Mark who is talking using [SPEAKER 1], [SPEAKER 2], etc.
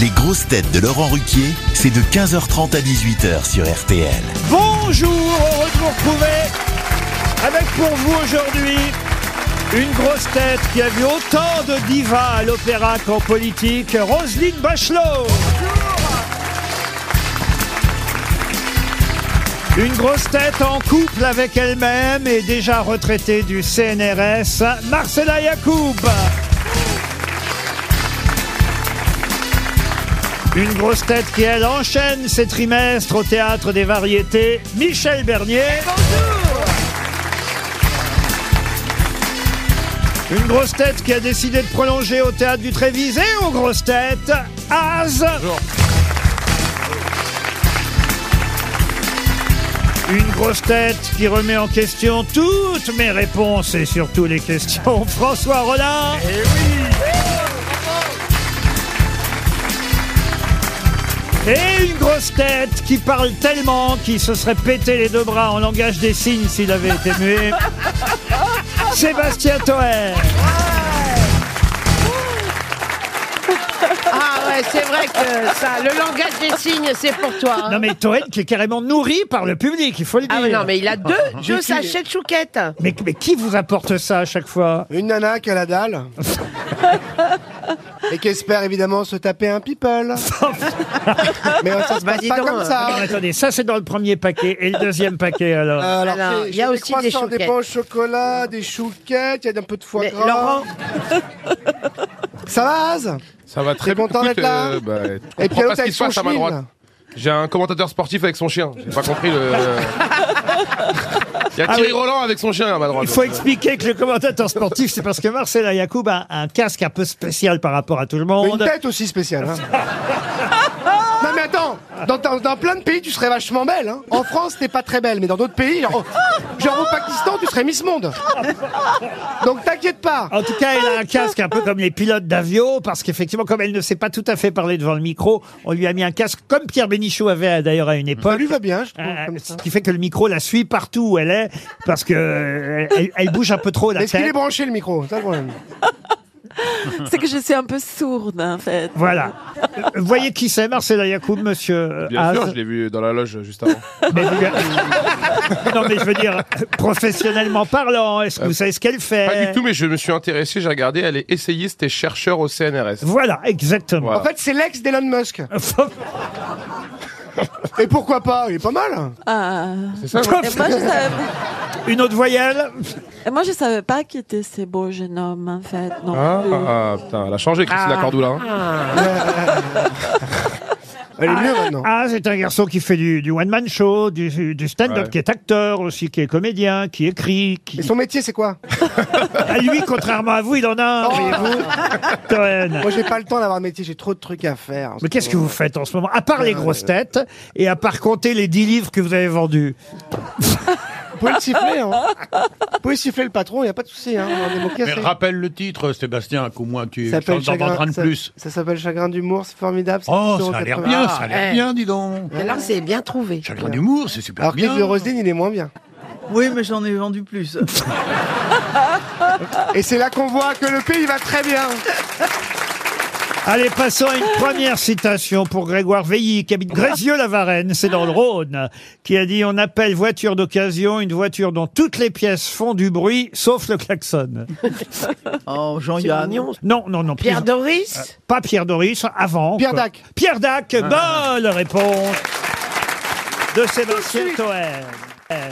[SPEAKER 1] Les grosses têtes de Laurent Ruquier, c'est de 15h30 à 18h sur RTL.
[SPEAKER 2] Bonjour, heureux de vous retrouver avec pour vous aujourd'hui une grosse tête qui a vu autant de divas à l'opéra qu'en politique, Roselyne Bachelot. Une grosse tête en couple avec elle-même et déjà retraitée du CNRS, Marcella Yacoub. Une grosse tête qui, elle, enchaîne ses trimestres au Théâtre des Variétés, Michel Bernier. Une grosse tête qui a décidé de prolonger au Théâtre du Trévisé aux grosses têtes, Az. Une grosse tête qui remet en question toutes mes réponses et surtout les questions, François Rollin. Et une grosse tête qui parle tellement qu'il se serait pété les deux bras en langage des signes s'il avait été muet. Sébastien Toer.
[SPEAKER 3] Ah ouais, c'est vrai que ça, le langage des signes, c'est pour toi. hein.
[SPEAKER 2] Non mais Toen qui est carrément nourri par le public, il faut le dire.
[SPEAKER 3] Ah ouais, non, mais il a deux, deux sachets de chouquette.
[SPEAKER 2] Mais- mais qui vous apporte ça à chaque fois
[SPEAKER 4] Une nana qui a la dalle. Et qui espère évidemment se taper un people. Mais ça se
[SPEAKER 3] Bah,
[SPEAKER 4] passe
[SPEAKER 3] dis
[SPEAKER 4] pas
[SPEAKER 3] donc,
[SPEAKER 4] comme
[SPEAKER 3] euh,
[SPEAKER 4] ça.
[SPEAKER 2] Alors, Attendez, ça c'est dans le premier paquet et le deuxième paquet alors.
[SPEAKER 4] Euh,
[SPEAKER 3] Alors,
[SPEAKER 4] c'est-
[SPEAKER 3] Ah, il y a
[SPEAKER 4] j'ai
[SPEAKER 3] aussi des
[SPEAKER 4] croissants, des
[SPEAKER 3] chouquettes.
[SPEAKER 4] pains au chocolat, des chouquettes, il y a un peu de foie
[SPEAKER 3] Mais
[SPEAKER 4] gras.
[SPEAKER 3] Laurent,
[SPEAKER 4] Ça va, Az
[SPEAKER 5] Ça va très
[SPEAKER 4] T'es
[SPEAKER 5] bien.
[SPEAKER 4] content
[SPEAKER 5] Écoute,
[SPEAKER 4] d'être là
[SPEAKER 5] euh, bah, je
[SPEAKER 4] Et puis
[SPEAKER 5] comprends pas
[SPEAKER 4] l'autre
[SPEAKER 5] ce qui
[SPEAKER 4] avec
[SPEAKER 5] se
[SPEAKER 4] son
[SPEAKER 5] passe à ma
[SPEAKER 4] chenil.
[SPEAKER 5] droite. J'ai un commentateur sportif avec son chien. J'ai pas compris le. Il y a
[SPEAKER 2] Ah
[SPEAKER 5] Thierry
[SPEAKER 2] oui.
[SPEAKER 5] Roland avec son chien à ma droite.
[SPEAKER 2] Il faut expliquer que le commentateur sportif, c'est parce que Marcel Yacoub a un casque un peu spécial par rapport à tout le
[SPEAKER 4] Mais Une
[SPEAKER 2] monde.
[SPEAKER 4] tête aussi spéciale. hein. non mais attends, dans, dans- dans plein de pays tu serais vachement belle. hein. En France t'es pas très belle, mais dans d'autres pays, genre, genre au Pakistan tu serais Miss Monde. Donc t'inquiète pas.
[SPEAKER 2] En tout cas, elle a un casque un peu comme les pilotes d'avion, parce qu'effectivement, comme elle ne sait pas tout à fait parler devant le micro, on lui a mis un casque comme Pierre Bénichou avait d'ailleurs à une époque.
[SPEAKER 4] Bah, Lui va bien, je trouve.
[SPEAKER 5] Ah,
[SPEAKER 2] Euh,
[SPEAKER 4] comme
[SPEAKER 2] ce
[SPEAKER 4] ça.
[SPEAKER 2] qui fait que le micro la suit partout où elle est, parce que euh, elle, elle bouge un peu trop la
[SPEAKER 4] Est-ce qu'il
[SPEAKER 2] tête.
[SPEAKER 4] est branché le micro Ça, le problème.
[SPEAKER 6] C'est que je suis un peu sourde en fait.
[SPEAKER 2] Voilà. Euh, Voyez qui c'est, Marcel Yacoub, monsieur euh,
[SPEAKER 5] Bien
[SPEAKER 2] Haas.
[SPEAKER 5] sûr, je l'ai vu dans la loge juste avant.
[SPEAKER 2] Mais vous- non, mais je veux dire, professionnellement parlant, est-ce que vous savez ce qu'elle fait
[SPEAKER 5] Euh, Pas du tout, mais je me suis intéressé, j'ai regardé, elle est essayiste et chercheur au CNRS.
[SPEAKER 2] Voilà, exactement.
[SPEAKER 5] Voilà.
[SPEAKER 4] En fait, c'est l'ex d'Elon Musk. Et pourquoi pas Il est pas mal.
[SPEAKER 6] Ah.
[SPEAKER 5] C'est ça
[SPEAKER 6] Et moi, je savais...
[SPEAKER 2] Une autre voyelle
[SPEAKER 6] et moi, je savais pas qui étaient ces beaux jeunes hommes en fait. Non.
[SPEAKER 5] ah, ah, putain, elle a changé Christina Cordula. hein.
[SPEAKER 4] Elle est mieux maintenant.
[SPEAKER 2] Ah, c'est un garçon qui fait du, du one-man show, du, du stand-up,
[SPEAKER 5] Ouais.
[SPEAKER 2] qui est acteur aussi, qui est comédien, qui écrit. Qui...
[SPEAKER 4] Et son métier, c'est quoi
[SPEAKER 2] Ah, lui, contrairement à vous, il en a un,
[SPEAKER 4] Oh.
[SPEAKER 2] voyez-vous, Toen.
[SPEAKER 4] Moi, j'ai pas le temps d'avoir un métier, j'ai trop de trucs à faire. en ce
[SPEAKER 2] Mais qu'est-ce que
[SPEAKER 4] moment.
[SPEAKER 2] vous faites en ce moment À part les grosses têtes et à part compter les 10 livres que vous avez vendus.
[SPEAKER 4] Vous pouvez le siffler, hein Vous pouvez siffler le patron, y a pas de souci, hein On est bon
[SPEAKER 7] Mais
[SPEAKER 4] cassé.
[SPEAKER 7] rappelle le titre, Sébastien, qu'au moins tu
[SPEAKER 4] Ça
[SPEAKER 7] tu
[SPEAKER 4] s'appelle
[SPEAKER 7] en en
[SPEAKER 4] Chagrin-
[SPEAKER 7] vendras de
[SPEAKER 4] ça-
[SPEAKER 7] plus.
[SPEAKER 4] Ça s'appelle Chagrin d'humour, c'est formidable. c'est
[SPEAKER 7] Oh,
[SPEAKER 4] 10,80.
[SPEAKER 7] ça a l'air bien, ça a
[SPEAKER 3] Ah,
[SPEAKER 7] l'air
[SPEAKER 3] eh.
[SPEAKER 7] bien, dis donc.
[SPEAKER 3] mais là, c'est bien trouvé.
[SPEAKER 7] Chagrin d'humour, c'est super
[SPEAKER 4] Alors que
[SPEAKER 7] bien.
[SPEAKER 4] le Roselyne, il est moins bien.
[SPEAKER 8] Oui, mais j'en ai vendu plus.
[SPEAKER 4] Et c'est là qu'on voit que le pays va très bien.
[SPEAKER 2] Allez, passons à une première citation pour Grégoire Veilly, qui habite Grézieux-la-Varenne, c'est dans le Rhône, qui a dit On appelle voiture d'occasion une voiture dont toutes les pièces font du bruit, sauf le klaxon.
[SPEAKER 8] Oh,
[SPEAKER 3] C'est
[SPEAKER 8] Jean-Yann.
[SPEAKER 3] mignon.
[SPEAKER 2] Non, non, non.
[SPEAKER 3] Pierre
[SPEAKER 2] plus-
[SPEAKER 3] Doris
[SPEAKER 2] Pas Pierre Doris, avant.
[SPEAKER 4] Pierre
[SPEAKER 2] quoi.
[SPEAKER 4] Dac. Ah.
[SPEAKER 2] Pierre Dac, bonne réponse de Sébastien Toen.